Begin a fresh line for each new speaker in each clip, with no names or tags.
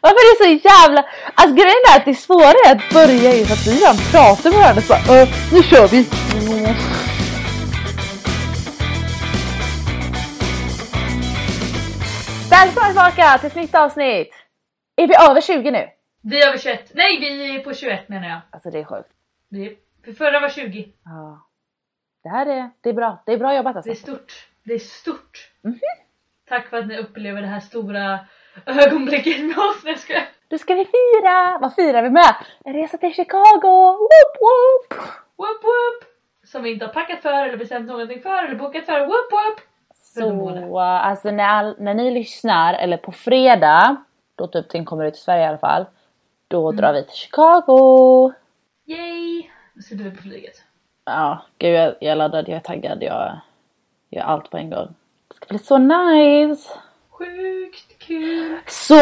Varför är det så jävla... Alltså grejen är att det svåra är att börja i att vi redan pratar med varandra så bara, "Ö, nu kör vi. Välkomna tillbaka till ett nytt avsnitt! Är vi över 20 nu?
Vi är över 21. Nej, vi är på 21 menar jag.
Alltså det är sjukt.
Vi är, för förra var 20.
Ja. Det här är, det är bra. Det är bra jobbat
Det är
alltså.
stort. Det är stort.
Mhm.
Tack för att ni upplever det här stora ögonblicket med oss. Nej, jag skojar.
Nu ska vi fira! Vad firar vi med? En resa till Chicago! Woop woop!
Whoop, whoop. Som vi inte har packat för eller bestämt någonting för eller bokat för. Whoop, whoop.
Så
Undermålet.
eh, alltså när, all, när ni lyssnar, eller på fredag, då typ den kommer ut i Sverige i alla fall, då drar vi till Chicago.
Yay! Nu sitter vi på flyget.
Ja, gud jag, jag är laddad, jag är taggad, jag gör allt på en gång. Det ska bli så nice!
Sjukt kul.
Så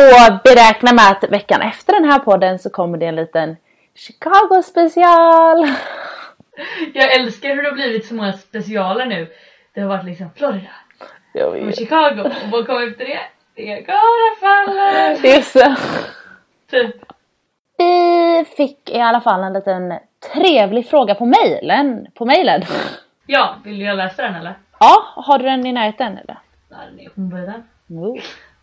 beräkna med att veckan efter den här podden så kommer det en liten Chicago special!
Jag älskar hur det har blivit så många specialer nu. Det har varit liksom Florida
Jag
och
vet.
Chicago. Och vad kom efter det? Niagarafallen.
Det är så...
Typ.
Vi fick i alla fall en liten trevlig fråga på mejlen. På mejlen.
Ja, vill jag läsa den eller?
Ja, har du den i närheten eller?
Nej, den är ombunden.
Jo.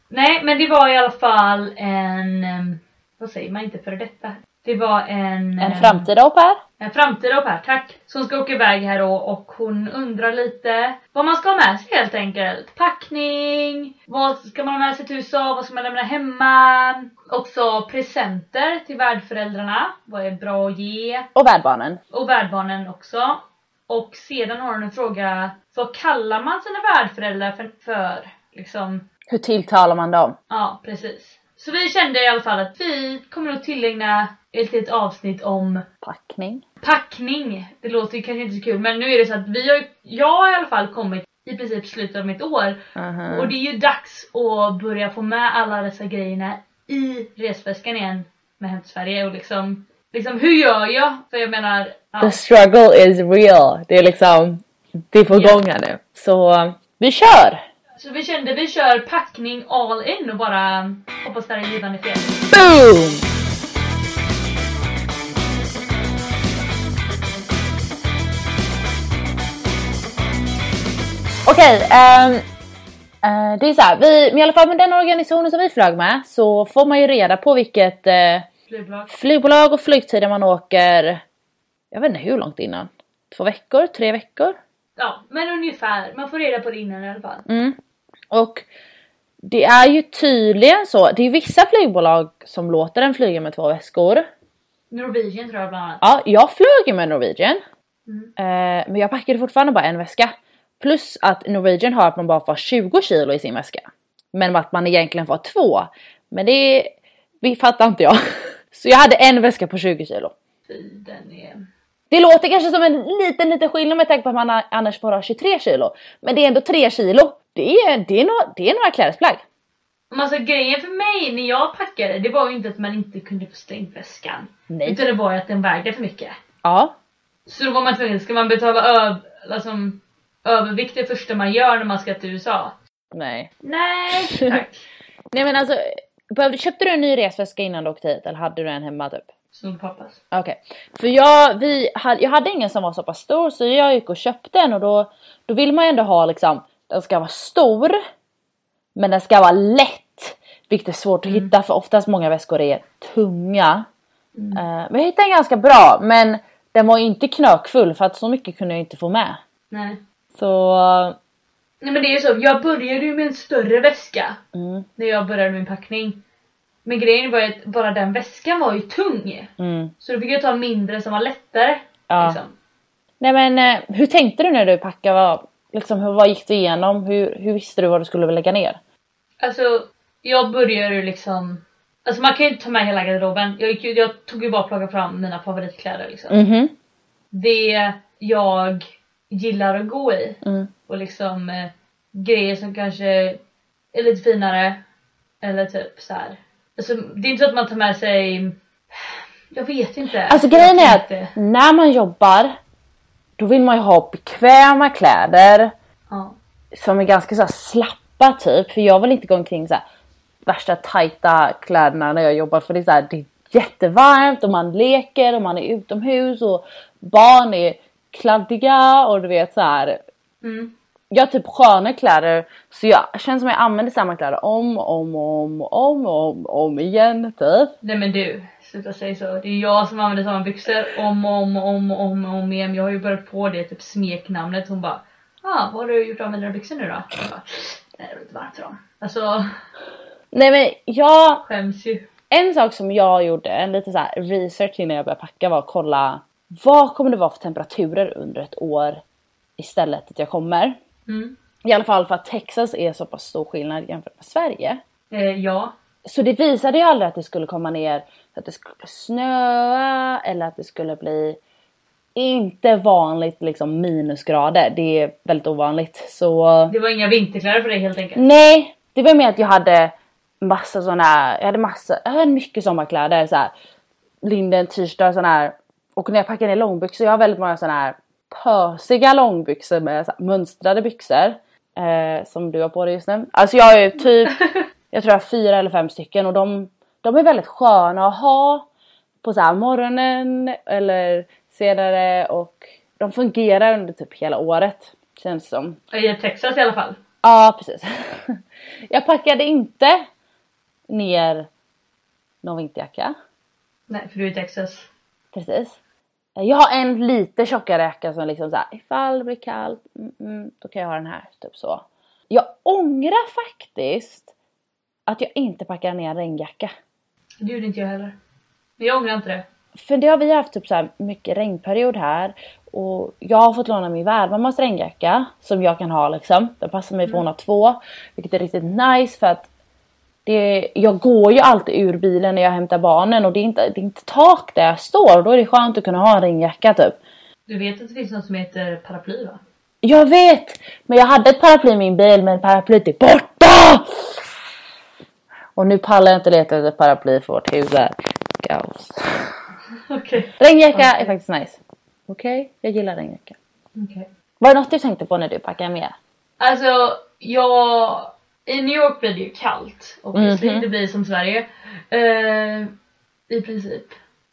Nej, men det var i alla fall en... em, Vad säger man inte för detta? Det var
En
en... em,
framtida au pair?
En framtida au pair, tack. Som ska åka iväg här då och hon undrar lite vad man ska ha med sig helt enkelt. Packning, vad ska man ha med sig till USA, vad ska man lämna hemma? Också presenter till värdföräldrarna, vad är bra att ge?
Och värdbarnen.
Och värdbarnen också. Och sedan har hon en fråga, vad kallar man sina värdföräldrar för? för liksom,
Hur tilltalar man dem?
Ja, precis. Så vi kände i alla fall att vi kommer att tillägna ett litet avsnitt om
Packning.
packning. Det låter ju kanske inte så kul men nu är det så att vi har, jag har i alla fall kommit i princip slutet av mitt år
Mhm.
och det är ju dags att börja få med alla dessa grejerna i resväskan igen med Hem till Sverige och liksom, liksom hur gör jag? För jag menar, ja,
The struggle is real. Det är liksom, det är på
Ja.
gång här nu. Så vi kör!
så vi kände vi kör packning all in och bara hoppas det här är givande för er.
Boom! Okej, ehm, eh, det är så här, vi, men i alla fall med den organisationen som vi flög med så får man ju reda på vilket eh,
Flygbolag.
flygbolag och flygtider man åker. Jag vet inte hur långt innan. Två veckor? Tre veckor?
Ja, men ungefär. Man får reda på det innan i alla fall.
Mm. Och det är ju tydligen så. Det är vissa flygbolag som låter en flyga med två väskor.
Norwegian tror jag bland annat.
Ja, jag flög ju med Norwegian.
Mm.
Eh, men jag packade fortfarande bara en väska. Plus att Norwegian har att man bara får 20 kilo i sin väska. Men att man egentligen får två. Men det vi fattar inte jag. Så jag hade en väska på 20 kilo.
Fy, den är...
Det låter kanske som en liten, liten skillnad med tanke på att man har- annars bara har 23 kilo. Men det är ändå 3 kilo. Det är, det är, några, det är några klädesplagg.
Men Alltså grejen för mig när jag packade det var ju inte att man inte kunde få stängt väskan.
Nej.
Utan det var ju att den vägde för mycket.
Ja.
Så då var man tvungen, ska man betala öv, alltså, övervikt det första man gör när man ska till USA?
Nej.
Nej tack.
Nej men alltså. Behövde, köpte du en ny resväska innan du åkte hit? Eller hade du en hemma typ?
Snodde pappas.
Okej, för jag, vi, hade- jag hade ingen som var så pass stor så jag gick och köpte en och då, då vill man ju ändå ha liksom, den ska vara stor men den ska vara lätt. Vilket är svårt att hitta för oftast många väskor är tunga. Eh, men jag hittade en ganska bra men den var ju inte knökfull för att så mycket kunde jag inte få med.
Nej.
Så
Nej men det är ju så, jag började ju med en större väska
mm,
när jag började min packning. Men grejen var ju att bara den väskan var ju tung.
mm,
Så då fick jag ta en mindre som var lättare.
ja.
Liksom.
Nej men eh, hur tänkte du när du packade? Vad, liksom, hur, vad gick du igenom? Hur, hur visste du vad du skulle lägga ner?
Alltså, jag började ju liksom... Alltså man kan ju inte ta med hela garderoben. Jag, gick ju, jag tog ju bara och plockade fram mina favoritkläder liksom.
Mhm.
Det jag gillar att gå i
Mm.
och liksom eh, grejer som kanske är lite finare. Eller typ så här. Alltså det är inte så att man tar med sig... Jag vet inte.
Alltså grejen
Jag
är
vet inte.
att när man jobbar då vill man ju ha bekväma kläder
Ja.
som är ganska så här slappa typ. För jag vill inte gå omkring så här värsta tajta kläderna när jag jobbar för det är, så här, det är jättevarmt och man leker och man är utomhus och barn är kladdiga och du vet så här.
Mm.
Jag har typ sköna kläder så jag känns som jag använder samma kläder om och om och om och om, och om, om igen typ.
Nej men du, sluta säga så. Det är jag som använder samma byxor om och om och om och om och om igen. Jag har ju börjat på det typ smeknamnet. Hon bara ah, vad har du gjort av med dina byxor nu då? Jag bara, "Nej, det var lite varmt för dem. Alltså,
Nej men jag
skäms ju.
En sak som jag gjorde, en liten så här research innan jag började packa var att kolla vad kommer det vara för temperaturer under ett år i stället att jag kommer.
Mm.
I alla fall för att Texas är så pass stor skillnad jämfört med Sverige.
Eh, ja.
Så det visade ju aldrig att det skulle komma ner, att det skulle snöa eller att det skulle bli inte vanligt liksom minusgrader. Det är väldigt ovanligt. Så
Det var inga vinterkläder för dig helt enkelt.
Nej, det var mer att jag hade massa såna, jag hade massa, jag hade mycket sommarkläder så här. Linden, t-shirt och sån här. Och när jag packade ner långbyxor, jag har väldigt många såna här pösiga långbyxor med så här, mönstrade byxor. Eh, som du har på dig just nu. Alltså jag har ju typ, jag tror jag har fyra eller fem stycken och de, de är väldigt sköna att ha på så här morgonen eller senare och de fungerar under typ hela året. Känns det som.
I Texas i alla fall.
Ja, precis. Jag packade inte ner någon vinterjacka.
Nej, för du är i Texas.
Precis. Jag har en lite tjockare jacka som liksom såhär, ifall det blir kallt, mm, mm, då kan jag ha den här. Typ så. Jag ångrar faktiskt att jag inte packade ner en regnjacka.
Det gjorde inte jag heller. Men jag ångrar inte det.
För det har vi haft typ så här mycket regnperiod här och jag har fått låna min värdmammas regnjacka som jag kan ha liksom. Den passar mig för hon har två. Vilket är riktigt nice för att det, jag går ju alltid ur bilen när jag hämtar barnen och det är inte, det är inte tak där jag står. Då är det skönt att kunna ha en regnjacka typ.
Du vet att det finns något som heter paraply va?
Jag vet! Men jag hade ett paraply i min bil men paraplyet är borta! Och nu pallar jag inte leta efter ett paraply för vårt hus är kaos.
Okej.
Regnjacka är faktiskt nice. Okej, jag gillar regnjacka.
Okej.
Var det något du tänkte på när du packade med?
Alltså, jag... I New York blir det ju kallt. Obviously.
Mhm.
Det blir som Sverige. Eh, I princip.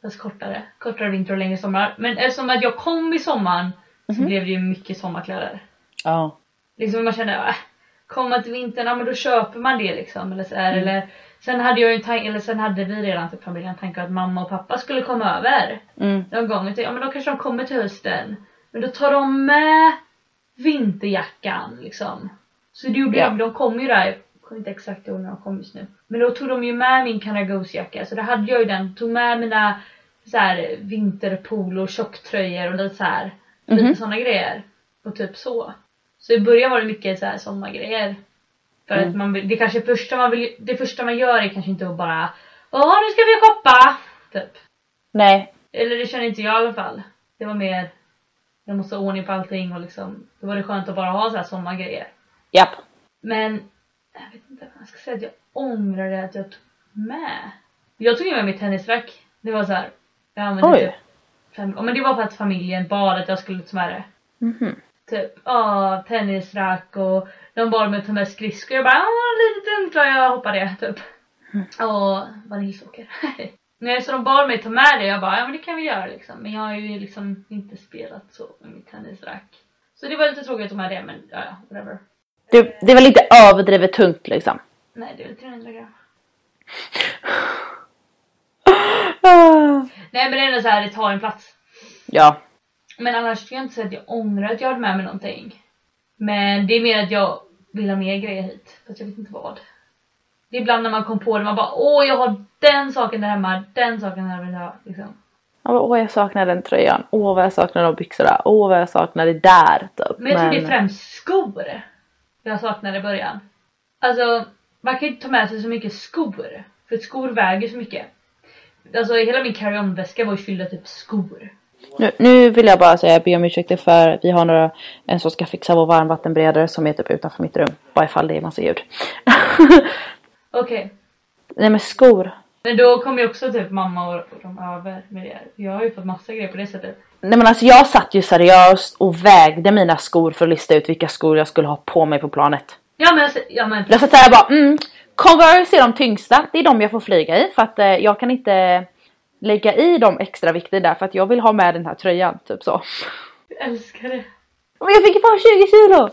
Fast kortare. Kortare vinter och längre sommar. Men eftersom att jag kom i sommaren så blev det ju mycket sommarkläder.
Ja.
Liksom man känner, äh, komma till vintern, ja men då köper man det liksom. Eller så här, eller, sen hade jag ju en tanke, eller sen hade vi redan typ familjen en tanke att mamma och pappa skulle komma över.
Mm.
Någon gång. Jag tänkte, Ja men då kanske de kommer till hösten. Men då tar de med vinterjackan liksom. Så det gjorde
Ja.
jag, de kom ju där. Jag kommer inte exakt ihåg när de kom just nu. Men då tog de ju med min Canada jacka så då hade jag ju den. Tog med mina så här, vinterpolo, tjocktröjor och lite så här.
Mhm.
Lite såna grejer. Och typ så. Så i början var det mycket så här sommargrejer. För
Mm.
att man vill, det kanske första man vill, det första man gör är kanske inte att bara Åh nu ska vi shoppa! Typ.
Nej.
Eller det känner inte jag i alla fall. Det var mer, jag måste ha ordning på allting och liksom, då var det skönt att bara ha så här sommargrejer.
Japp.
Men, jag vet inte vad jag ska säga, att jag ångrar det att jag tog med. Jag tog ju med mitt tennisrack. Det var så här, jag använde
Oj.
typ fem, ja, men det var för att familjen bad att jag skulle ta med det.
Mhm.
Typ, ja, tennisrack och de bad mig att ta med skridskor. Jag bara, ja, lite dumt vad jag hoppar det, typ. Och vaniljsocker. Nej, så de bad mig ta med det. Jag bara, ja men det kan vi göra liksom. Men jag har ju liksom inte spelat så med mitt tennisrack. Så det var lite tråkigt att ta med det, men ja, ja, whatever.
Du, det var lite överdrivet tungt liksom.
Nej, det är väl 300 gram.
Ah.
Nej men det är ändå så här, det tar en plats.
Ja.
Men annars skulle jag inte säga att jag ångrar att jag hade med mig någonting. Men det är mer att jag vill ha mer grejer hit. Fast jag vet inte vad. Det är ibland när man kom på det, man bara åh jag har den saken där hemma, den saken där vill jag ha. Liksom.
Ja, men Åh jag saknar den tröjan. Åh vad jag saknar de byxorna. Åh vad jag saknar det där. Typ.
Men jag tror det är främst skor jag saknade i början. Alltså, man kan ju inte ta med sig så mycket skor. För att skor väger så mycket. Alltså hela min carry-on-väska var ju fylld av typ skor.
nu, nu vill jag bara säga jag ber om ursäkt för att vi har några, en som ska fixa vår varmvattenberedare som är typ utanför mitt rum. Bara ifall det är massa ljud.
Okej.
Nej men skor.
Men då kom ju också typ mamma och och de över med det. Jag har ju fått massa grejer på det sättet.
Nej men alltså jag satt ju seriöst och vägde mina skor för att lista ut vilka skor jag skulle ha på mig på planet.
Ja men, alltså, ja, men
Jag satt såhär bara, mm, Converse är de tyngsta, det är de jag får flyga i för att eh, jag kan inte lägga i de extra vikter där för att jag vill ha med den här tröjan, typ så.
jag älskar det.
Men jag fick ju bara 20 kilo!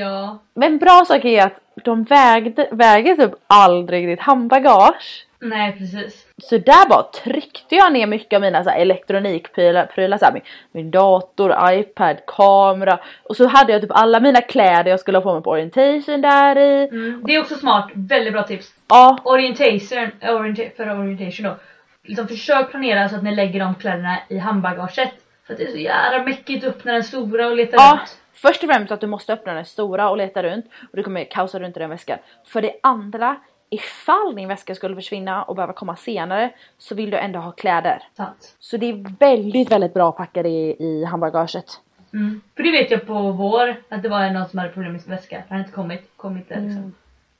Ja.
Men en bra sak är att de vägde, väger typ aldrig ditt handbagage.
Nej precis.
Så där bara tryckte jag ner mycket av mina så här elektronikprylar, prylar, så här, min, min dator, iPad, kamera. Och så hade jag typ alla mina kläder jag skulle ha på mig på orientation där i.
Mm. Det är också smart. Väldigt bra tips.
Ja,
Orientation, orienta, för orientation då. Liksom försök planera så att ni lägger de kläderna i handbagaget. För att det är så jävla mäckigt upp när den stora och letar
Ja,
runt.
först och främst att du måste öppna den stora och leta runt och du kommer kaosa runt i den väskan. För det andra, ifall din väska skulle försvinna och behöva komma senare så vill du ändå ha kläder.
Sant.
Så det är väldigt, väldigt bra att packa det i handbagaget.
Mm. För det vet jag på vår, att det var någon som hade problem med sin väska. Han hade inte kommit, kommit där liksom.
Mm.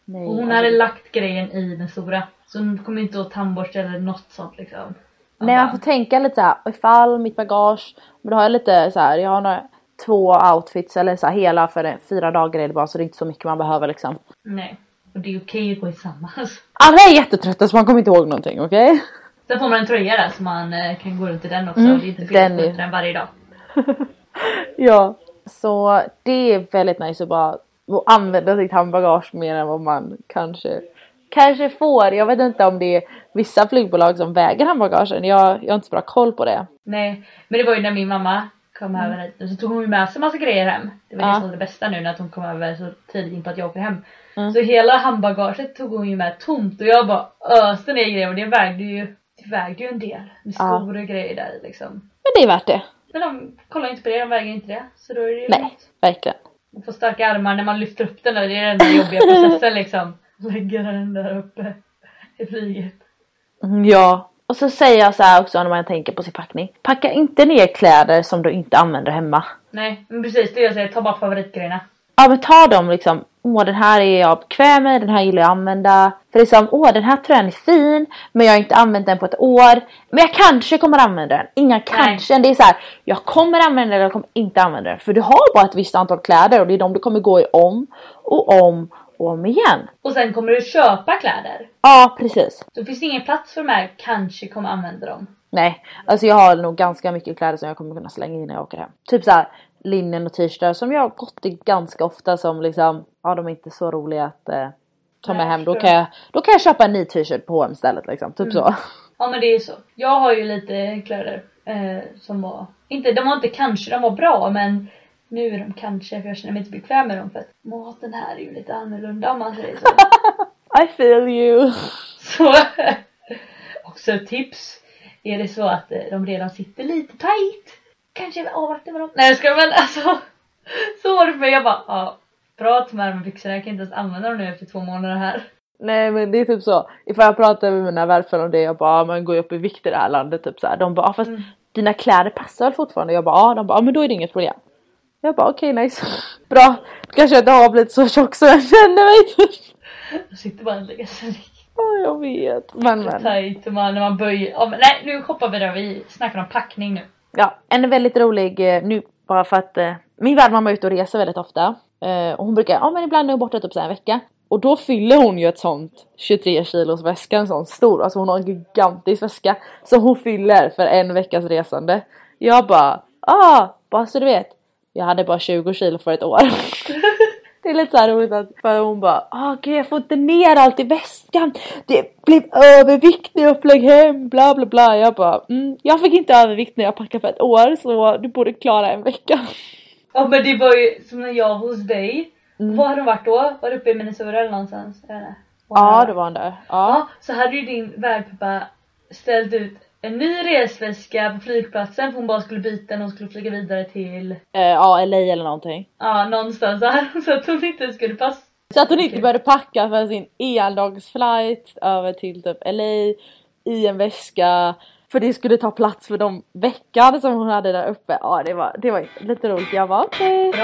Nej,
Och hon
alltså-
hade lagt grejen i den stora. Så hon kom inte åt tandborste eller något sånt liksom. Man
Nej, man
bara,
får tänka lite såhär, ifall mitt bagage, men då har jag lite såhär, jag har några, två outfits eller så här, hela för en- fyra dagar är det bara så det är inte så mycket man behöver liksom.
Nej. Och det är okej att gå i samma. alltså.
Alla är jättetrötta så man kommer inte ihåg någonting, okej?
Sen får man en tröja där så man eh, kan gå runt i den också.
Mm,
det är inte fel
den
att
är-
gå runt i den varje dag.
Ja. Så det är väldigt nice att bara att använda sitt handbagage mer än vad man kanske kanske får. Jag vet inte om det är vissa flygbolag som väger handbagagen. Jag, jag har inte så bra koll på det.
Nej, men det var ju när min mamma kom över hit. Så tog hon ju med sig massa grejer hem. Det var
Mm. Ja.
det som var det bästa nu när att hon kom över så tidigt in på att jag åker hem.
Mm.
Så hela handbagaget tog hon ju med tomt och jag bara öste ner grejer och det vägde ju, det vägde ju en del. Med
Ja.
skor och grejer där i, liksom.
Men det är värt det.
Men de kollar ju inte på det, de väger inte det. Så då är det ju
Nej,
lugnt.
verkligen.
Man får starka armar när man lyfter upp den där. Det är den där jobbiga processen liksom. Lägger den där uppe i flyget.
Mm, Ja. Och så säger jag så här också när man tänker på sin packning. Packa inte ner kläder som du inte använder hemma.
Nej, men precis det alltså, jag säger. Ta bara favoritgrejerna.
Ja men ta dem liksom. Åh den här är jag bekväm med, den här gillar jag att använda. För liksom, åh den här tröjan är fin men jag har inte använt den på ett år. Men jag kanske kommer använda den. Inga kanske. Det är så här, jag kommer använda den, jag kommer inte använda den. För du har bara ett visst antal kläder och det är de du kommer gå i om och om och om igen.
Och sen kommer du köpa kläder.
Ja precis.
Då finns det ingen plats för de här kanske kommer använda dem.
Nej, alltså jag har nog ganska mycket kläder som jag kommer kunna slänga in när jag åker hem. Typ så här linnen och t-shirtar som jag har gått i ganska ofta som liksom, ja de är inte så roliga att eh, ta med
Nej,
hem. Då
förstår.
kan, jag, då kan jag köpa en ny t-shirt på H&M stället liksom, typ
Mm.
så.
Ja men det är ju så. Jag har ju lite kläder eh, som var, inte, de var inte kanske, de var bra men nu är de kanske för jag känner mig inte bekväm med dem för att maten här är ju lite annorlunda om man säger så.
I feel you.
så också ett tips. Är det så att eh, de redan sitter lite tight kanske jag avvaktar med dem. Nej jag skojar men alltså. Så var det för mig. Jag bara ja, bra att de här med byxorna, jag kan inte ens använda dem nu efter två månader här.
Nej men det är typ så, ifall jag pratar med mina värfar om det, jag bara ah, man går ju upp i vikt i det här landet typ så här. De bara ah, fast
Mm.
dina kläder passar väl fortfarande? Jag bara ah. de bara ah, men då är det inget problem. Jag bara okej nice. Bra, då kanske jag inte har blivit så tjock som jag känner mig typ.
De sitter bara i en legacy.
Ja, jag vet. Men,
Så
men.
tajt och man, när man böjer. Ja, men nej nu hoppar vi där, vi snackar om packning nu.
Ja, en väldigt rolig eh, nu bara för att eh, min värdmamma är ute och reser väldigt ofta. Eh, och hon brukar, ja men ibland är hon borta typ så här en vecka. Och då fyller hon ju ett sånt 23 kilos väska, en sån stor. Alltså hon har en gigantisk väska. Som hon fyller för en veckas resande. Jag bara, ah, bara så du vet. Jag hade bara 20 kilo för ett år. Det är lite så här roligt att för hon bara ah gud jag får inte ner allt i väskan. Det blev övervikt när jag flög hem bla bla bla. Jag bara mm, jag fick inte övervikt när jag packade för ett år så du borde klara en vecka.
Ja men det var ju som när jag var hos dig.
Mm.
Var har de varit då? Var det uppe i Minnesota eller någonstans? Jag vet inte.
Ja det var han där. Ja.
Ja, så hade ju din värdpappa ställt ut en ny resväska på flygplatsen för hon bara skulle byta när hon skulle flyga vidare till
Eh, Ja LA eller någonting.
ja, någonstans där så att hon inte skulle passa.
Så att hon inte
Okej.
började packa för sin endagsflight över till typ LA i en väska. För det skulle ta plats för de veckan som hon hade där uppe. Ja det var, det var lite roligt. Jag var okej.
Bra.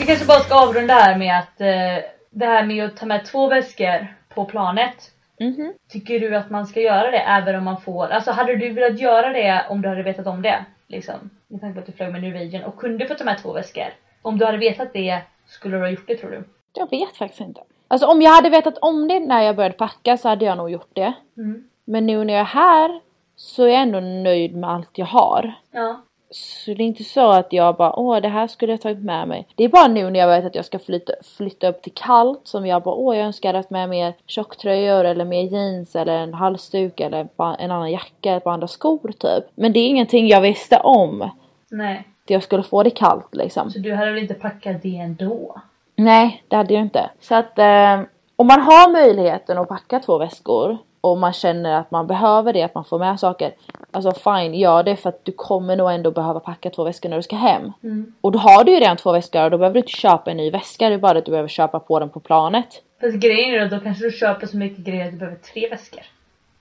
Vi kanske bara ska avrunda här med att eh, det här med att ta med två väskor på planet.
Mhm.
Tycker du att man ska göra det även om man får, alltså hade du velat göra det om du hade vetat om det? Liksom, med tanke på att du flög med Norwegian och kunde fått de här två väskor. Om du hade vetat det, skulle du ha gjort det tror du?
Jag vet faktiskt inte. Alltså om jag hade vetat om det när jag började packa så hade jag nog gjort det.
Mm.
Men nu när jag är här så är jag ändå nöjd med allt jag har.
Ja.
Så det är inte så att jag bara åh det här skulle jag tagit med mig. Det är bara nu när jag vet att jag ska flytta, flytta upp till kallt som jag bara åh jag önskar att jag haft med mer tjocktröjor eller mer jeans eller en halsduk eller bara en annan jacka eller bara andra skor typ. Men det är ingenting jag visste om.
Nej.
Att jag skulle få det kallt liksom.
Så du hade väl inte packat det ändå?
Nej, det hade jag inte. Så att eh, om man har möjligheten att packa två väskor och man känner att man behöver det, att man får med saker. Alltså fine, gör det för att du kommer nog ändå behöva packa två väskor när du ska hem.
Mm.
Och då har du ju redan två väskor och då behöver du inte köpa en ny väska, det är bara att du behöver köpa på den på planet.
Fast grejen är att då kanske du köper så mycket grejer att du behöver tre väskor.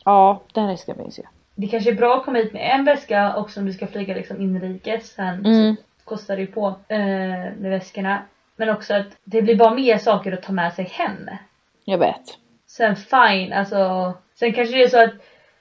Ja, den risken finns ju.
Det kanske är bra att komma hit med en väska också om du ska flyga liksom inrikes sen.
Mm.
Så kostar det ju på eh, med väskorna. Men också att det blir bara mer saker att ta med sig hem.
Jag vet.
Sen fine, alltså. Sen kanske det är så att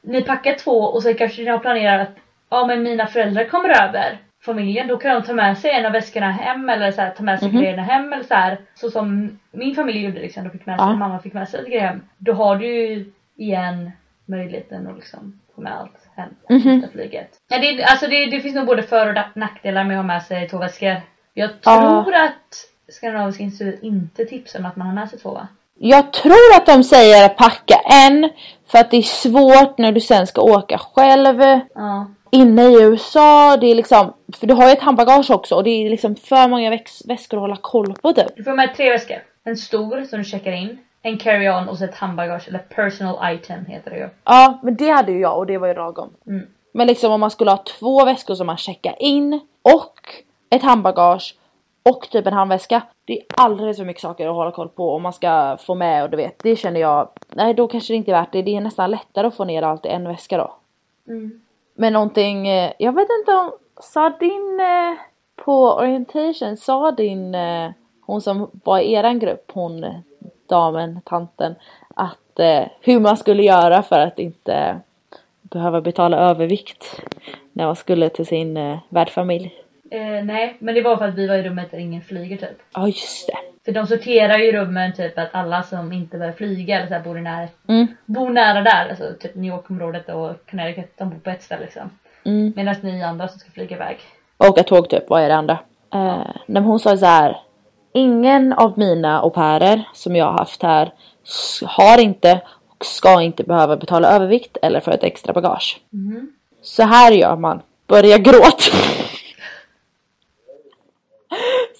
ni packar två och sen kanske ni har planerat att ja men mina föräldrar kommer över familjen, då kan de ta med sig en av väskorna hem eller så här, ta med sig
Mhm.
grejerna hem eller så här. Så som min familj gjorde liksom, de fick med sig,
Ja.
mamma fick med sig grejer hem. Då har du ju igen möjligheten att liksom få med allt hem
Mhm.
efter flyget. Ja, det, alltså det, det finns nog både för och na- nackdelar med att ha med sig två väskor. Jag
Ja.
tror att Skandinaviska institutet inte tipsar om att man har med sig två va?
Jag tror att de säger att packa en för att det är svårt när du sen ska åka själv.
Ja.
inne i USA, det är liksom, för du har ju ett handbagage också och det är liksom för många väx- väskor att hålla koll på typ.
Du får med tre väskor. En stor som du checkar in, en carry-on och så ett handbagage, eller personal item heter det ju.
Ja, men det hade ju jag och det var ju lagom.
Mm.
Men liksom om man skulle ha två väskor som man checkar in och ett handbagage och typ en handväska. Det är alldeles för mycket saker att hålla koll på om man ska få med och du vet, det känner jag, nej då kanske det inte är värt det. Det är nästan lättare att få ner allt i en väska då.
Mm.
Men någonting, eh, jag vet inte om, sa din eh, på orientation, sa din, eh, hon som var i eran grupp, hon eh, damen, tanten, att eh, hur man skulle göra för att inte behöva betala övervikt när man skulle till sin eh, värdfamilj.
Eh, nej, men det var för att vi var i rummet där ingen flyger typ.
Ja just det.
För de sorterar ju rummen typ att alla som inte börjar flyga eller så här, bor, i nära,
Mm.
bor nära där, alltså typ New York-området och Connecticut, de bor på ett ställe liksom.
Mm.
Medan ni andra som ska flyga iväg.
Åka tåg typ, vad är det andra? Eh, nej, men hon sa så här. Ingen av mina au pairer som jag har haft här s- har inte och ska inte behöva betala övervikt eller för ett extra bagage.
Mhm.
Så här gör man. Börja gråt.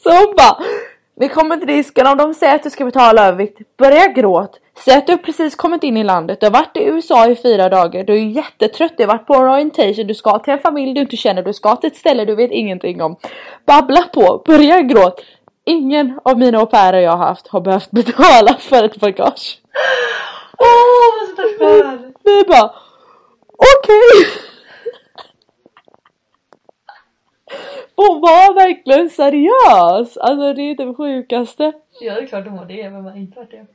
Så hon bara. Vi kommer till disken om de säger att du ska betala övervikt. Börja gråt. Säg att du precis kommit in i landet. Du har varit i USA i fyra dagar. Du är jättetrött. Du har varit på en orientation. Du ska till en familj du inte känner. Du ska till ett ställe du vet ingenting om. Babbla på. Börja gråt. Ingen av mina au pairer jag har haft har behövt betala för ett bagage.
Åh, vad så skön!
Vi bara okej. Hon var verkligen seriös. Alltså det är det sjukaste.
Ja, det är klart de har det, men man har inte varit det.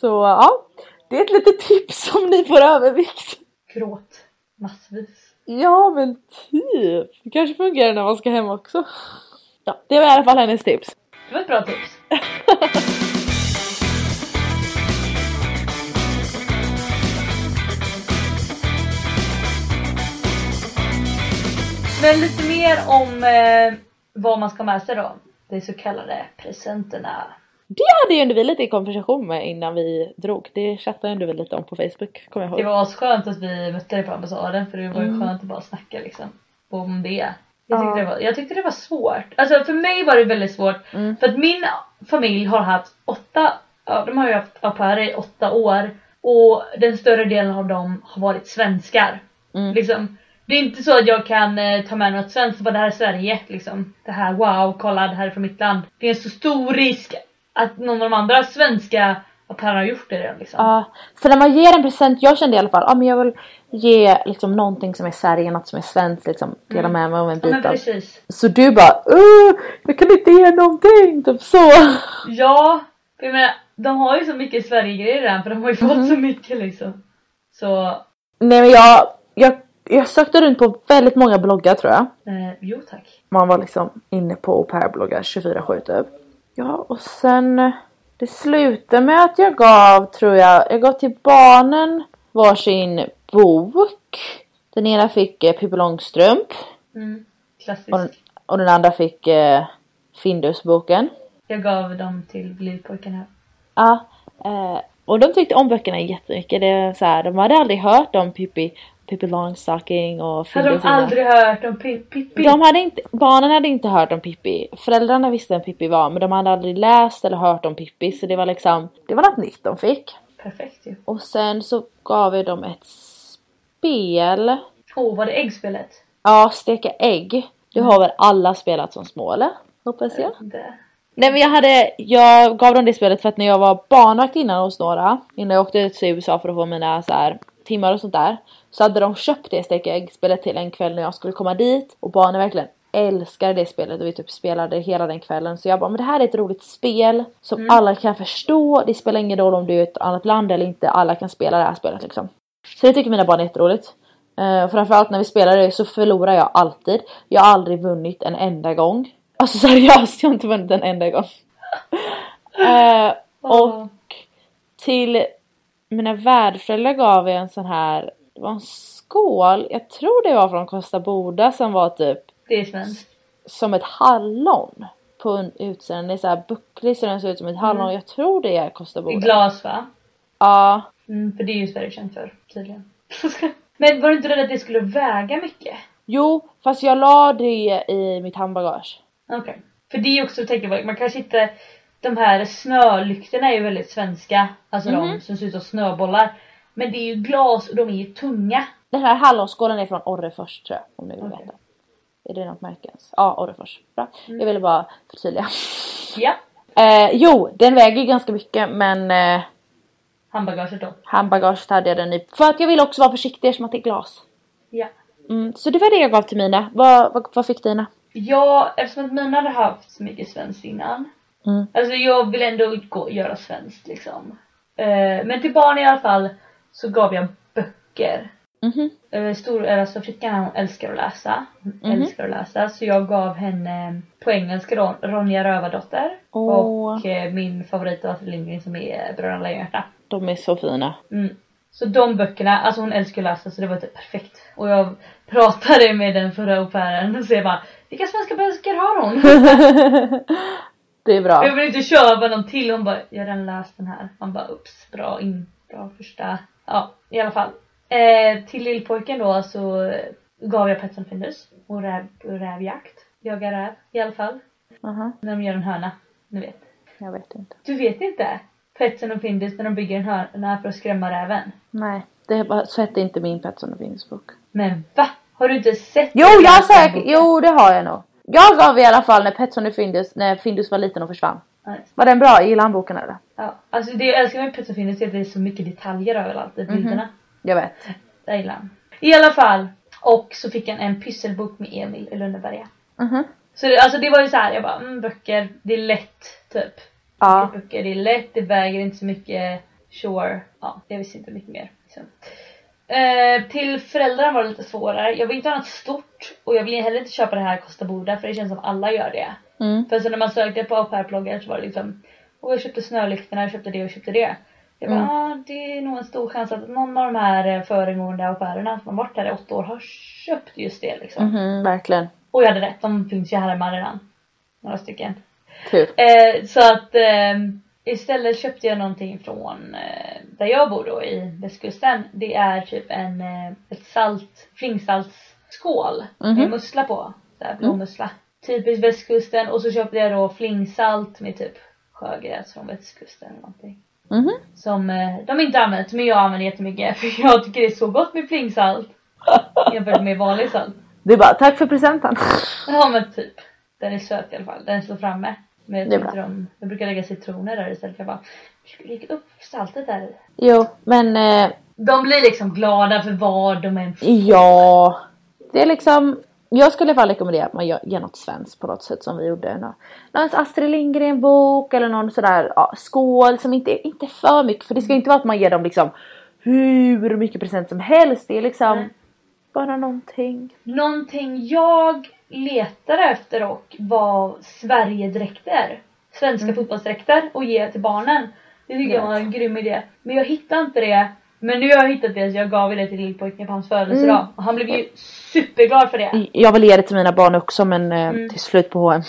Så ja, det är ett litet tips om ni får övervikt.
Gråt. Massvis.
Ja men typ. Det kanske fungerar när man ska hem också. Ja, det var i alla fall hennes tips.
Det var ett bra tips. Men lite mer om eh, vad man ska ha med sig då. De så kallade presenterna.
Det hade ju ändå vi lite i konversation med innan vi drog. Det chattade ju ändå vi lite om på Facebook kommer jag
Det
ihåg.
var skönt att vi mötte dig på ambassaden för det var ju
Mm.
skönt att bara snacka liksom. Om det. Jag tyckte,
Ja.
det var, jag tyckte det var svårt. Alltså för mig var det väldigt svårt.
Mm.
För att min familj har haft åtta, ja, de har ju haft au pair i åtta år. Och den större delen av dem har varit svenskar.
Mm.
Liksom, det är inte så att jag kan eh, ta med något svenskt och bara det här är Sverige. Liksom. Det här, wow, kolla det här är från mitt land. Det är en så stor risk att någon av de andra svenska au pairerna har gjort det redan. Liksom.
Ja, för när man ger en present, jag kände i alla fall, ja men jag vill ge liksom någonting som är Sverige, något som är svenskt liksom, dela
Mm.
med mig av en
Ja, men
bit av.
precis.
Så du bara, uh, jag kan inte ge någonting, typ så. Mm.
Ja, för jag menar, de har ju så mycket Sverigegrejer redan för de har ju fått så mycket liksom. Så
Nej men jag, jag, jag sökte runt på väldigt många bloggar tror jag.
eh, jo tack.
Man var liksom inne på au pair-bloggar 24-7 typ. Ja och sen det slutade med att jag gav tror jag, jag gav till barnen varsin bok. Den ena fick eh, Pippi Långstrump
Mm. Klassiskt.
och den, och den andra fick eh, Findus-boken.
Jag gav dem till glidpojken här.
Ja, eh, och de tyckte om böckerna jättemycket. Det är så här, de hade aldrig hört om Pippi, Pippi Longstocking och
Hade de
Findus innan.
aldrig hört om Pi- Pippi?
De hade inte, barnen hade inte hört om Pippi. Föräldrarna visste vem Pippi var men de hade aldrig läst eller hört om Pippi så det var liksom, det var något nytt de fick.
Perfekt ju.
Och sen så gav vi dem ett spel.
Åh, var det äggspelet?
Ja, steka ägg. Det har väl alla spelat som små eller? Hoppas jag.
Det.
Nej men jag hade, jag gav dem det spelet för att när jag var barnvakt innan hos några, innan jag åkte ut till USA för att få mina så här, timmar och sånt där, så hade de köpt det steka äggspelet till en kväll när jag skulle komma dit och barnen verkligen älskade det spelet och vi typ spelade hela den kvällen så jag bara men det här är ett roligt spel som alla kan förstå, det spelar ingen roll om du är i ett annat land eller inte, alla kan spela det här spelet liksom. Så det tycker mina barn är jätteroligt. Uh, framförallt när vi spelar det så förlorar jag alltid. Jag har aldrig vunnit en enda gång. Alltså seriöst, jag har inte vunnit en enda gång. Eh,
Åh.
och till mina värdföräldrar gav jag en sån här, det var en skål, jag tror det var från Costa Boda som var typ
Det är svenskt.
som ett hallon på en- utsidan. Den är så här bucklig så den ser ut som ett hallon. Jag tror det är Costa
I
Boda.
glas va?
Ja,
Mm, för det är ju Sverige känt för, tydligen. Men var du inte rädd att det skulle väga mycket?
jo, fast jag la det i mitt handbagage.
Okej. För det är ju också att tänka på, man kanske inte... De här snölyktorna är ju väldigt svenska, alltså de som ser ut som snöbollar. Men det är ju glas och de är ju tunga.
Den här hallonskålen är från Orrefors tror jag, om ni vill
Okej. Mm.
veta. Är det något märke ens? Ja, Orrefors. Bra. Jag ville bara förtydliga.
Ja,
Eh, jo, den väger ju ganska mycket men eh,
handbagaget då.
handbagaget hade jag den i. För att jag ville också vara försiktig eftersom att det är glas.
Ja.
Mm, så det var det jag gav till mina. Vad, vad, vad fick dina?
Jag, eftersom att mina hade haft så mycket svenskt innan.
Mm.
Alltså jag vill ändå gå, göra svenskt liksom. Eh, men till barn i alla fall så gav jag böcker.
Mhm.
Eh, stor, alltså flickan hon älskar att läsa. Hon älskar att läsa. Så jag gav henne på engelska då, Ronja Rövardotter.
Åh.
Och eh, min favorit av Astrid Lindgren som är eh, Bröderna Lejonhjärta.
De är så fina.
Mm. Så de böckerna, alltså hon älskar att läsa så det var typ perfekt. Och jag pratade med den förra au pairen och så jag bara Vilka svenska böcker har hon?
det är
Jag
bra.
vill inte köpa någon till. Hon bara, jag har redan läst den här. Man bara, ups, bra in. Bra första. Ja, i alla fall. Eh, till lillpojken då så eh, gav jag Pets and Findus och räv, rävjakt. Jaga räv i alla fall.
Aha,
När de gör en hörna. Ni vet.
jag vet inte.
Du vet inte? Petsen och Findus när de bygger en hörna för att skrämma räven.
Nej, det är bara, så hette inte min Petson och Finns bok.
Men va? Har du inte sett
Jo,
den
jag
här
har säkert,
boken?
jo det har jag nog. Jag gav i alla fall när Petson och Findus, när Findus var liten och försvann.
Nej.
Var den bra? Gillade han boken eller?
Ja. Alltså det jag älskar med Pets and Findus är att det är så mycket detaljer överallt
Mhm.
i bilderna.
Jag vet.
Jag gillar han. I alla fall. Och så fick han en pysselbok med Emil i Lönneberga.
Mhm.
Så det, alltså det var ju så här, jag bara mm, böcker, det är lätt typ.
Ja.
Böcker, det är lätt, det väger inte så mycket. Sure. Ja, jag visste inte mycket mer. Så. Eh, till föräldrarna var det lite svårare. Jag vill inte ha något stort och jag vill heller inte köpa det här Costa Boda för det känns som alla gör det.
Mm.
För så när man sökte på au pair-bloggar så var det liksom Åh jag köpte snölyktorna, jag köpte det och köpte det. Jag bara, ah, det är nog en stor chans att någon av de här eh, föregående au pairerna som har varit här i åtta år har köpt just det liksom.
Mhm, verkligen.
Och jag hade rätt, de finns ju här hemma redan. Några stycken.
Tur.
Eh, så att eh, istället köpte jag någonting från eh, där jag bor då i västkusten. Det är typ en eh, ett salt, flingsaltsskål med mussla på. Så här blåmussla. Typiskt västkusten och så köpte jag då flingsalt med typ sjögräs från västkusten eller någonting.
Mhm.
Som eh, de inte använt men jag använder jättemycket för jag tycker det är så gott med flingsalt. Jämfört med vanlig salt.
Det är bara, tack för presenten.
Ja men typ. Den är söt i alla fall. Den står framme. Men jag,
Det är
tyckte
bra.
de, jag brukar lägga citroner där istället. Jag bara, "Vi ska lägga upp saltet där i.
Jo, men eh,
De blir liksom glada för vad de än får.
Ja, det är liksom. Jag skulle i alla fall rekommendera att man gör, gör något svenskt på något sätt som vi gjorde. Nå- Någon Astrid Lindgren bok eller någon sådär ja, skål som inte är inte är för mycket. För det ska ju inte vara att man ger dem liksom hur mycket present som helst. Det är liksom
Nej.
bara någonting.
Någonting jag letade efter och var Sverigedräkter. Svenska
Mm.
fotbollsdräkter och ge till barnen. Det tycker jag var en grym idé. Men jag hittade inte det. Men nu har jag hittat det så jag gav det till lillpojken på hans födelsedag.
Mm.
Och han blev ju superglad för det.
Jag vill ge det till mina barn också men eh,
Mm.
till slut på H&M.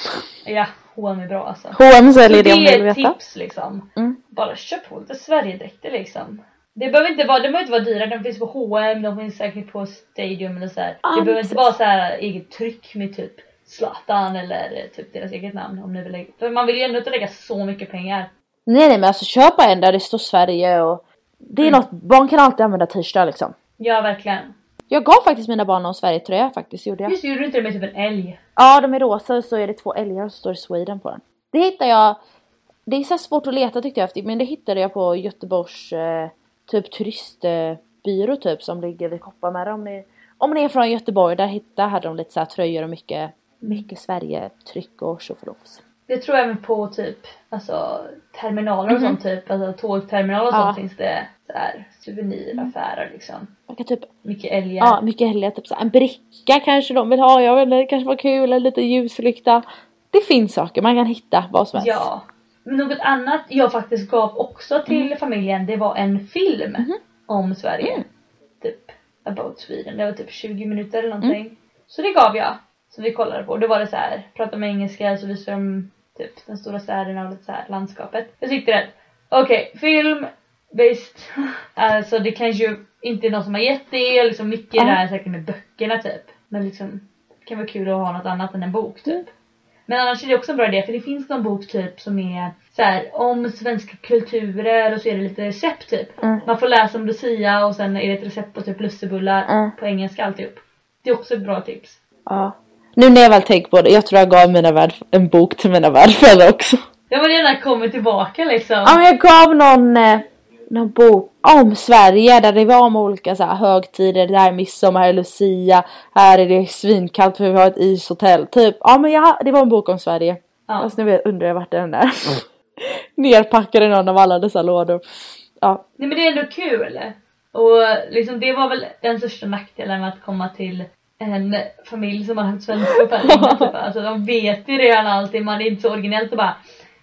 Ja, H&M är bra alltså.
H&M
Så
säljer
det
det om ni vill
är ett
veta.
tips liksom.
Mm.
Bara köp på lite Sverigedräkter liksom. Det behöver inte vara, de behöver inte vara dyra, de finns på H&M, de finns säkert på Stadium eller så här.
Ja,
det behöver
precis.
inte vara så här eget tryck med typ Zlatan eller eh, typ deras eget namn om ni vill lägga. För man vill ju ändå inte lägga så mycket pengar.
Nej nej men alltså köpa en där det står Sverige och det är
Mm.
något, barn kan alltid använda t-shirtar liksom.
Ja verkligen.
Jag gav faktiskt mina barn någon Sverige-tröja faktiskt, gjorde jag.
Just det, gjorde du inte det med typ en älg?
Ja, de är rosa och så är det två älgar och så står det Sweden på den. Det hittade jag, det är så här svårt att leta tyckte jag efter, men det hittade jag på Göteborgs eh, typ turistbyrå typ som ligger vid Kopparmära om ni, om ni är från Göteborg, där hittade hade de lite så här tröjor och mycket, mycket Sverige-tryck och tjofilofs.
Det tror jag även på typ alltså terminaler och
Mhm.
sånt typ. Alltså tågterminaler och
Ja.
sånt finns det så här souveniraffärer liksom.
Man kan typ,
Mycket älgar.
ja mycket hellre typ så här, en bricka kanske de vill ha, jag vet inte, det kanske var kul, eller lite ljuslykta. Det finns saker, man kan hitta vad som helst.
Ja. Men något annat jag faktiskt gav också till
Mm.
familjen, det var en film
Mhm.
om Sverige. Typ about Sweden. Det var typ 20
Mm.
minuter eller någonting. Så det gav jag. Som vi kollade på. Då var det så här, prata med engelska så visade de typ den stora städerna och lite så här landskapet. Jag tyckte det, okej film, visst. alltså det kanske ju inte är någon som har gett det, liksom mycket
Ja.
där säkert med böckerna typ. Men liksom, det kan vara kul att ha något annat än en bok typ. Men annars är det också en bra idé för det finns någon bok typ som är så här, om svenska kulturer och så är det lite recept typ.
Mm.
Man får läsa om Lucia och sen är det ett recept på typ lussebullar
Mm.
på engelska alltihop. Det är också ett bra tips.
Ja. Nu när jag väl tänker på det, jag tror jag gav mina värdf- en bok till mina värdföräldrar också.
Jag vill gärna komma tillbaka liksom.
Ja men jag gav någon, eh, någon bok om Sverige där det var om olika så här, högtider, det här är midsommar, här är Lucia, här är det svinkallt för vi har ett ishotell. Typ, ja men jag, det var en bok om Sverige.
Ja.
Fast nu vet- undrar jag vart den är. Nerpackad i någon av alla dessa lådor. Ja.
Nej men det är ändå kul. Och liksom det var väl den största nackdelen med att komma till en familj som har haft svenska föräldrar. typ. Alltså de vet ju redan allting, man är inte så originellt och bara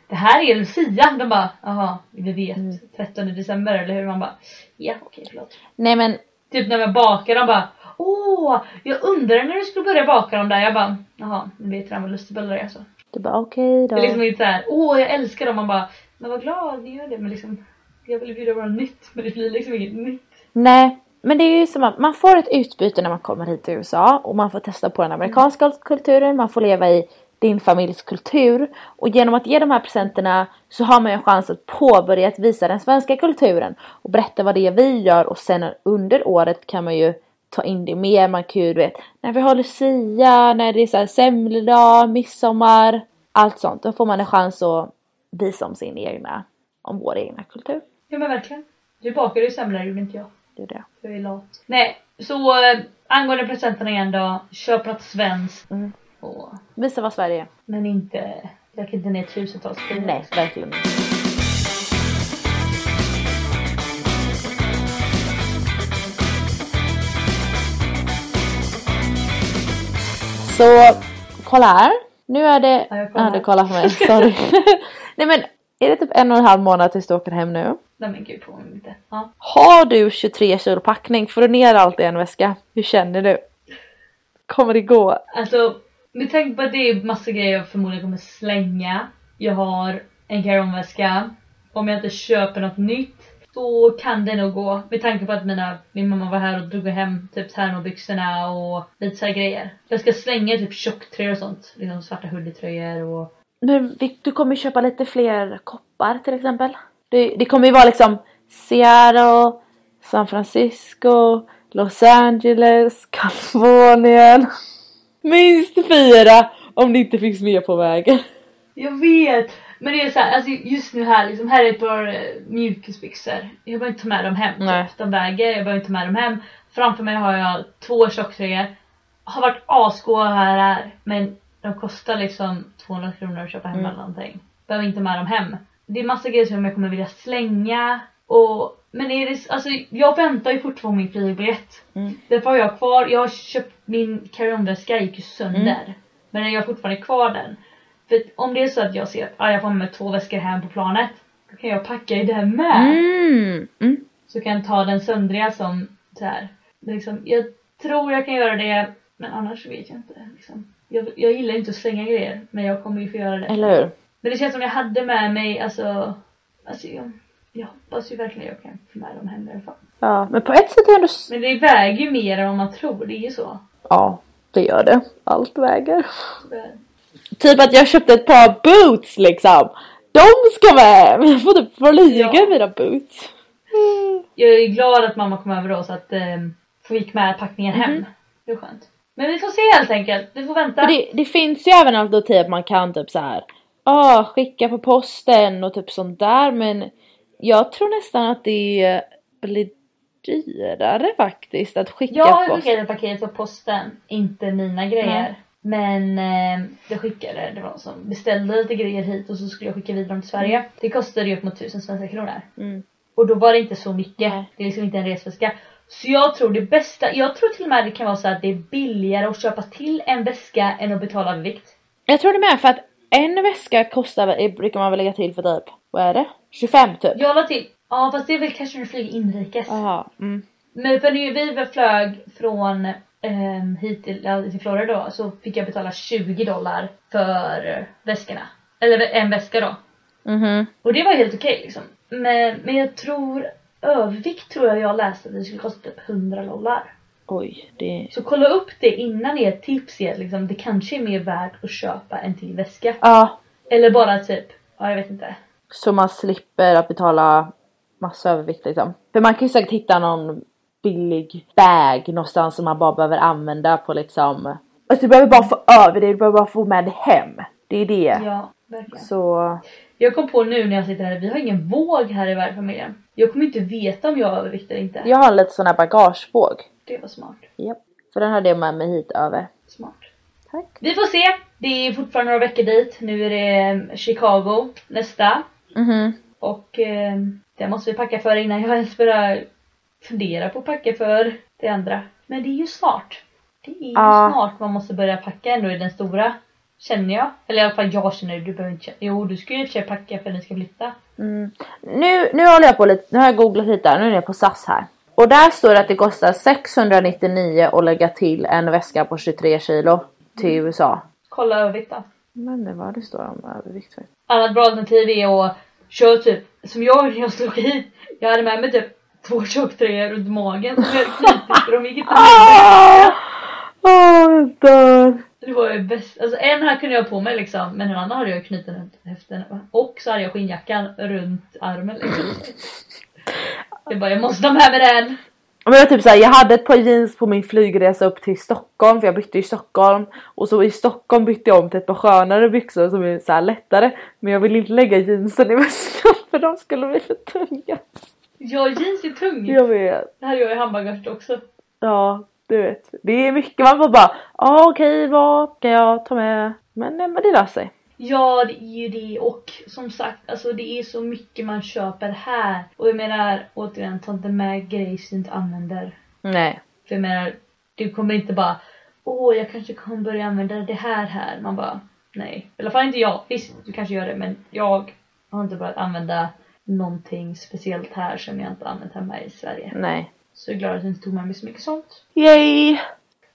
Det här är Lucia! De bara jaha, vi vet. 13 december eller hur? Man bara ja okej förlåt.
Nej men,
Typ när jag bakar de bara åh jag undrar när du skulle börja baka dem där. Jag bara jaha, nu vet redan vad lustigbollar är alltså.
det bara okej
Det är
då.
liksom inte såhär, åh jag älskar dem, man bara, men vad glad ni gör det, men liksom jag vill bjuda på något nytt, men det blir liksom inget nytt.
Nej, men det är ju som att man får ett utbyte när man kommer hit till USA och man får testa på den amerikanska kulturen, man får leva i din familjs kultur och genom att ge de här presenterna så har man ju en chans att påbörja att visa den svenska kulturen och berätta vad det är vi gör och sen under året kan man ju ta in det mer, man kan ju du vet när vi har lucia, när det är så här semledag, midsommar, allt sånt. Då får man en chans att visa om sin egna, om vår egna kultur.
Ja men verkligen. Du bakade ju semlor, gjorde inte jag.
Det är det.
För jag är lat. Nej, så eh, angående presenterna igen då, köp något svenskt.
Mm.
Och,
Visa vad Sverige är.
men inte, lägg inte ner tusentals kronor.
Nej, verkligen inte. Så, kolla här. Nu är det...
Ja, jag kollar.
Ja, du kollar på mig. Sorry. Nej men, är det typ en och en halv månad tills du åker hem nu?
Nej men gud, på mig inte. Ja.
Har du 23 kilo packning? Får du ner allt i en väska? Hur känner du? Kommer det gå?
Alltså, med tanke på att det är massa grejer jag förmodligen kommer slänga. Jag har en carry-on-väska. Om jag inte köper något nytt så kan det nog gå. Med tanke på att mina, min mamma var här och drog hem typ termobyxorna och lite så här grejer. Jag ska slänga typ tjocktröjor och sånt. Liksom svarta hoodietröjor och
Men vi- du kommer ju köpa lite fler koppar till exempel. Det, det kommer ju vara liksom Seattle, San Francisco, Los Angeles, Kalifornien. Minst fyra om det inte finns med på vägen.
Jag vet! Men det är så här, alltså just nu här liksom, här är ett par eh, mjukisbyxor. Jag behöver inte ta med dem hem.
Nej.
Typ. De väger, jag behöver inte ta med dem hem. Framför mig har jag två tjocktröjor. Har varit asgoa här, här men de kostar liksom 200 kronor att köpa hem
Mm.
eller någonting. Behöver inte ta med dem hem. Det är massa grejer som jag kommer vilja slänga och Men är det, alltså, jag väntar ju fortfarande på min flygbiljett.
Mm.
Därför har jag kvar, jag har köpt min carry-on-väska gick ju
Mm.
sönder. Men jag har fortfarande kvar den. För att om det är så att jag ser att ah, jag får med mig två väskor hem på planet. Då kan jag packa i den med.
Mm. Mm.
Så kan jag ta den söndriga som så här. Liksom, jag tror jag kan göra det men annars vet jag inte. Liksom. Jag, jag gillar inte att slänga grejer men jag kommer ju få göra det.
Eller hur?
Men det känns som jag hade med mig, alltså, alltså jag, jag hoppas ju verkligen jag kan få med dem hem i alla fall.
Ja, men på ett sätt är det ändå... s-
Men det väger ju mer än vad man tror, det är ju så.
Ja, det gör det. Allt väger.
Tyvärr.
Typ att jag köpte ett par boots liksom. De ska med! Men jag får typ flyga
Ja.
i mina boots.
Jag är glad att mamma kom över då så att ehm, vi gick med packningen hem. Det var skönt. Men vi får se helt enkelt, vi får vänta.
Men Mhm. det, det finns ju även alternativ att man kan typ så här. ah, skicka på posten och typ sånt där men jag tror nästan att det blir dyrare faktiskt att skicka
Jag har
på
ju
posten.
skickat paket på posten, inte mina grejer. Men eh, jag skickade, det var någon som beställde lite grejer hit och så skulle jag skicka vidare dem till Sverige. Det kostade ju upp mot 1000 svenska kronor.
Mm.
Och då var det inte så mycket.
Nej.
Det är liksom inte en resväska. Så jag tror det bästa, jag tror till och med det kan vara så att det är billigare att köpa till en väska än att betala vikt.
Jag tror det med för att en väska kostar, väl- eh, brukar man väl lägga till för typ, vad är det? 25 typ?
Jag la till, ja fast det är väl kanske när du flyger inrikes.
Jaha, mm.
Men för nu, vi flög från ehm, hit till, ja, till Florida då, så fick jag betala 20 dollar för väskorna. Eller en väska då.
Mhm.
Och det var helt okej liksom. Men, men jag tror, övervikt tror jag jag läste att det skulle kosta typ 100 dollar.
Oj, det...
Så kolla upp det innan ert tips är att liksom, det kanske är mer värt att köpa en till väska.
Ja,
Eller bara typ, ja jag vet inte.
så man slipper att betala massa övervikt liksom. För man kan ju säkert hitta någon billig bag någonstans som man bara behöver använda på liksom... Alltså du behöver bara få över det, du behöver bara få med det hem. Det är det.
Ja, verkligen.
Så...
Jag kom på nu när jag sitter här, vi har ingen våg här i värdfamiljen. Jag kommer inte veta om jag är övervikt eller inte.
Jag har lite sån här bagagevåg.
Det var smart.
Japp. För den hade jag med mig hit över.
Smart.
Tack.
Vi får se. Det är fortfarande några veckor dit. Nu är det eh, Chicago nästa.
Mhm.
Och eh, det måste vi packa för innan jag ens börjar fundera på att packa för det andra. Men det är ju snart. Det är ju
Ja.
snart man måste börja packa ändå i den stora. Känner jag. Eller i alla fall jag känner det. Du behöver inte känna. Jo, du ska ju i och för sig packa för ni ska flytta.
Mm. Nu, nu håller jag på lite, nu har jag googlat lite här, nu är jag på SAS här. Och där står det att det kostar 699 att lägga till en väska på 23 kilo till USA.
Kolla övrigt då.
Men det var det står om övervikt faktiskt.
Annat bra alternativ är att köra typ som jag när jag slog hit. Jag hade med mig typ två tjocktröjor runt magen som jag knyter för de gick inte
Ah! Åh, Ah, jag dör.
Det var ju bäst. Alltså en här kunde jag ha på mig liksom men den andra hade jag knuten runt höften och så hade jag skinnjackan runt armen liksom. Jag bara jag måste ha med mig den.
Men jag, typ så här, jag hade ett par jeans på min flygresa upp till Stockholm för jag bytte i Stockholm och så i Stockholm bytte jag om till ett par skönare byxor som är så här lättare men jag ville inte lägga jeansen i väskan för de skulle bli för tunga.
Ja jeans är tung.
Jag vet.
Det hade jag i handbagaget också.
Ja, du vet. Det är mycket man får bara, ja okej vad ska jag ta med? Men, nej, men det löser sig.
Ja det är ju det och som sagt alltså det är så mycket man köper här. Och jag menar återigen ta inte med grejer som du inte använder.
Nej.
För jag menar du kommer inte bara åh jag kanske kommer börja använda det här här. Man bara nej. I alla fall inte jag. Visst du kanske gör det men jag har inte börjat använda någonting speciellt här som jag inte använt hemma i Sverige.
Nej.
Så jag är glad att jag inte tog med mig så mycket sånt.
Yay!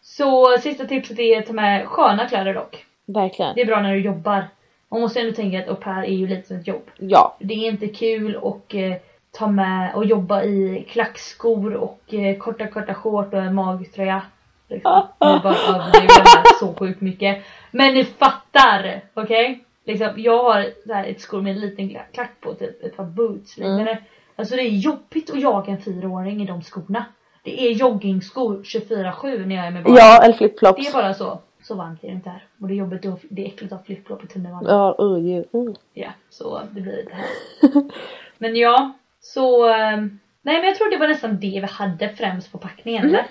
Så sista tipset är att ta med sköna kläder dock.
Verkligen.
Det är bra när du jobbar. Man måste ändå tänka att au pair är ju lite som ett jobb.
Ja.
Det är inte kul och eh, ta med och jobba i klackskor och eh, korta korta shorts och en magtröja. Liksom. Nu bara överdriver jag här så sjukt mycket. Men ni fattar! Okej? Liksom, jag har så här ett skor med en liten kla- klack på, typ ett par boots liknande. Alltså det är jobbigt att jaga en fyraåring i de skorna. Det är joggingskor 24-7 när jag är med barn.
Ja, eller
Det
flipflops.
är bara så. Så varmt är det inte här. Och det är jobbigt och det är äckligt att ha flipflop i tunnelbanan.
Ja, oh, yeah, oh.
Ja, så det blir det här. Men ja, så... ehm, Nej men jag tror det var nästan det vi hade främst på packningen
Mhm.
eller?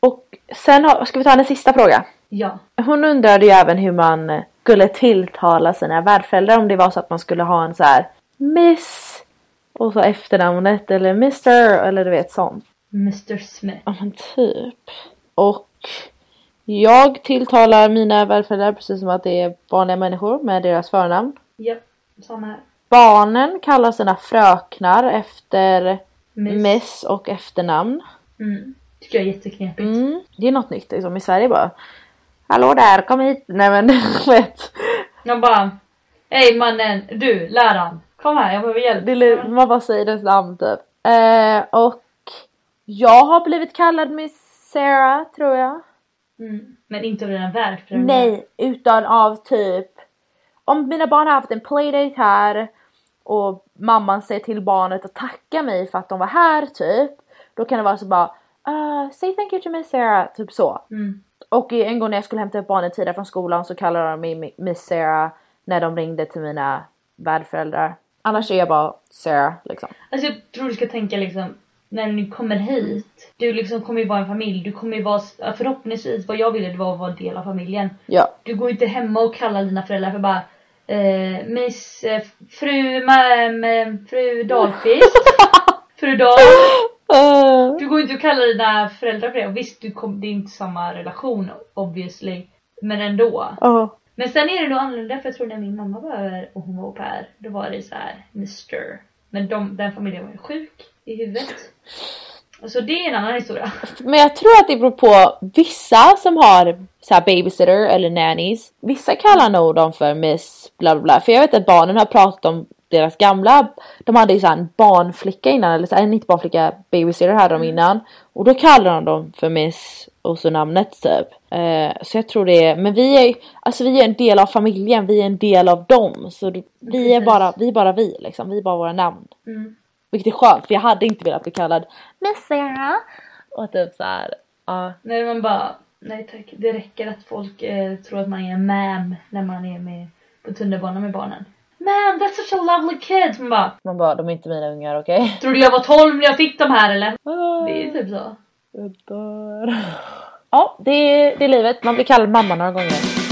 Och sen har, ska vi ta en sista fråga.
Ja.
Hon undrade ju även hur man eh, skulle tilltala sina värdföräldrar om det var så att man skulle ha en så här Miss Och så efternamnet eller Mr eller du vet sånt.
Mr Smith.
Ja men typ. Och jag tilltalar mina värdföräldrar precis som att det är vanliga människor med deras förnamn.
Japp, samma här.
Barnen kallar sina fröknar efter
Miss.
mess och efternamn.
Mm. Tycker jag är jätteknepigt.
Mm. Det är något nytt liksom i Sverige bara. Hallå där, kom hit! Nej men vet.
De bara Hej mannen, du läraren. Kom här, jag behöver hjälp.
Det är, li- man bara säger dess namn typ. Eh, och jag har blivit kallad Miss Sarah tror jag.
Mm. Men inte av dina värdföräldrar.
Nej, utan av typ om mina barn har haft en playdate här och mamman säger till barnet att tacka mig för att de var här typ. Då kan det vara så bara "Ah, say thank you to Miss Sarah, typ så.
Mm.
Och en gång när jag skulle hämta upp barnen tidigare från skolan så kallade de mig Mi- Miss Sarah när de ringde till mina värdföräldrar. Annars är jag bara Sarah liksom.
Alltså jag tror du ska tänka liksom när ni kommer hit. Du liksom kommer ju vara en familj. Du kommer ju vara förhoppningsvis vad jag ville det var att vara en del av familjen.
Ja.
Du går inte hemma och kallar dina föräldrar för bara eh, Miss eh, fru, ma, ma, fru Dahlqvist. fru Dahl.
Eh,
Du går inte och kallar dina föräldrar för det. Och visst, du kom, det är inte samma relation obviously. Men ändå.
ja.
Men sen är det då annorlunda för jag tror när min mamma var över och hon var au pair, då var det så här Mr. Men de, den familjen var ju sjuk i huvudet. Så det är en annan historia.
Men jag tror att det beror på vissa som har så här babysitter eller nannies. Vissa kallar nog dem för miss bla bla bla. För jag vet att barnen har pratat om deras gamla. De hade ju så här en barnflicka innan eller så här, en inte barnflicka babysitter hade de
Mm.
innan. Och då kallar de dem för miss och så namnet typ. Eh, så jag tror det är, men vi är alltså vi är en del av familjen, vi är en del av dem. Så det- vi är
Precis.
bara vi, är bara vi liksom, vi är bara våra namn.
Mm.
Vilket är skönt för jag hade inte velat bli kallad Miss Sarah. Och typ såhär, ja.
När man bara, nej tack. Det räcker att folk eh, tror att man är en mam när man är med på tunnelbanan med barnen. Mam, that's such a lovely kid! Man bara,
Man bara, de är inte mina ungar okej?
tror du jag var 12 när jag fick dem här eller? Det är ju
Okay?
typ så.
Jag dör. Ja, det är, det är livet. Man blir kallad mamma några gånger.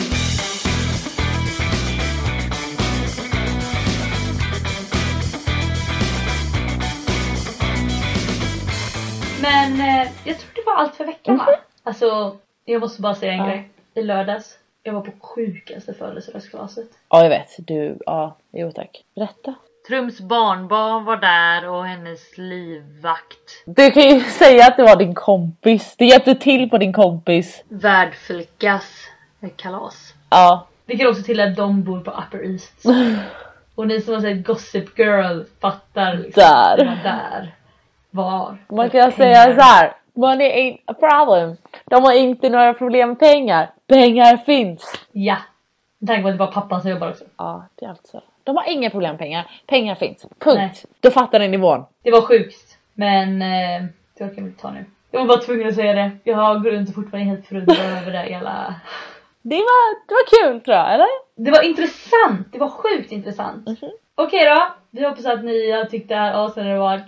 Men eh, jag tror det var allt för veckan va? Alltså, jag måste bara säga en
Ja.
grej. I lördags, jag var på sjukaste födelsedagskalaset.
Ja, jag vet. Du, ja. Jo tack. Berätta.
Trums barnbarn var där och hennes livvakt,
Du kan ju säga att det var din kompis. Det hjälpte till på din kompis.
värdflickas kalas.
Ja.
Vilket också till att de bor på Upper East. Och ni som har sett Gossip Girl fattar liksom.
Där.
Det var där. Var.
Man kan säga så här. Money ain't a problem. De har inte några problem med pengar. Pengar finns.
Ja. Med tanke på att det var pappan som jobbade också.
Ja, det är alltså- allt så. De har inga problem med pengar. Pengar finns. Punkt.
Nej.
Då fattar ni nivån.
Det var sjukt. Men eh, det orkar vi inte ta nu. Jag var bara tvungen att säga det. Jag går runt och fortfarande är helt förundrad över det här jävla...
Det var, det var kul tror jag, eller?
Det var intressant! Det var sjukt intressant. Okej då, vi hoppas att ni har tyckt det här avsnittet har varit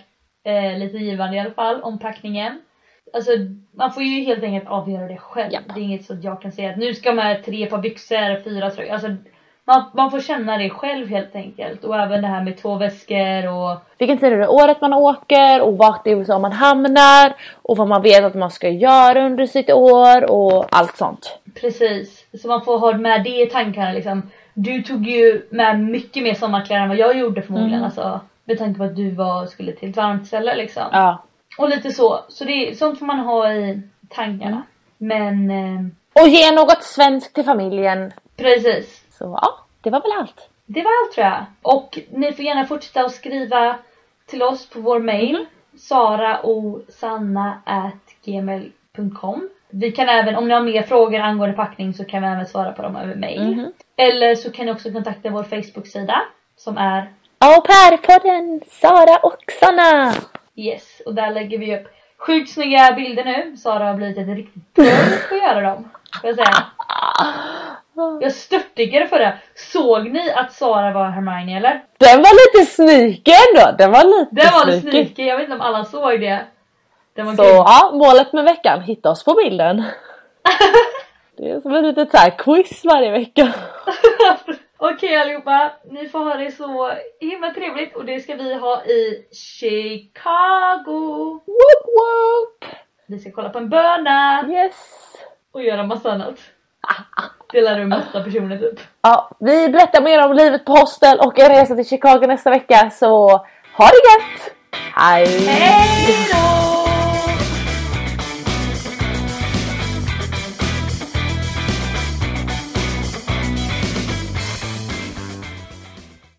eh, lite givande i alla fall om packningen. Alltså man får ju helt enkelt avgöra det själv.
Ja.
Det är inget så att jag kan säga att nu ska man ha tre par byxor, fyra tröjor. Alltså man, man får känna det själv helt enkelt. Och även det här med två väskor och
Vilken tid är året man åker och vart i USA man hamnar och vad man vet att man ska göra under sitt år och allt sånt.
precis. Så man får ha med det i tankarna liksom. Du tog ju med mycket mer sommarkläder än vad jag gjorde förmodligen. Alltså, med tanke på att du var, skulle till ett varmt ställe liksom.
Ja.
Och lite så. Så det, sånt får man ha i tankarna. Men eh,
Och ge något svenskt till familjen.
precis.
Så ja, det var väl allt.
Det var allt tror jag. Och ni får gärna fortsätta att skriva till oss på vår mail. saraosanna.gmail.com Vi kan även, om ni har mer frågor angående packning så kan vi även svara på dem över mail. Eller så kan ni också kontakta vår Facebook-sida som är
Au pair-podden Sara och Sanna!
Yes, och där lägger vi upp sjukt snygga bilder nu. Sara har blivit ett riktigt proffs på att göra dem. Får jag säga. Jag störtdyker för det. Såg ni att Sara var Hermione eller?
Den var lite sneaky ändå! Den var lite
Det var det
sneaky.
sneaky. Jag vet inte om alla såg det. Den var
Så
kul.
ja, målet med veckan, hitta oss på bilden. Det är som ett litet så här quiz varje vecka.
Okej allihopa, ni får ha det så himla trevligt och det ska vi ha i Chicago.
Woop woop!
Vi ska kolla på en böna
Yes!
och göra massa annat. Det lär du mesta personer typ.
Ja, vi berättar mer om livet på hostel och en resa till Chicago nästa vecka så ha det gött! Hej!
Hej då!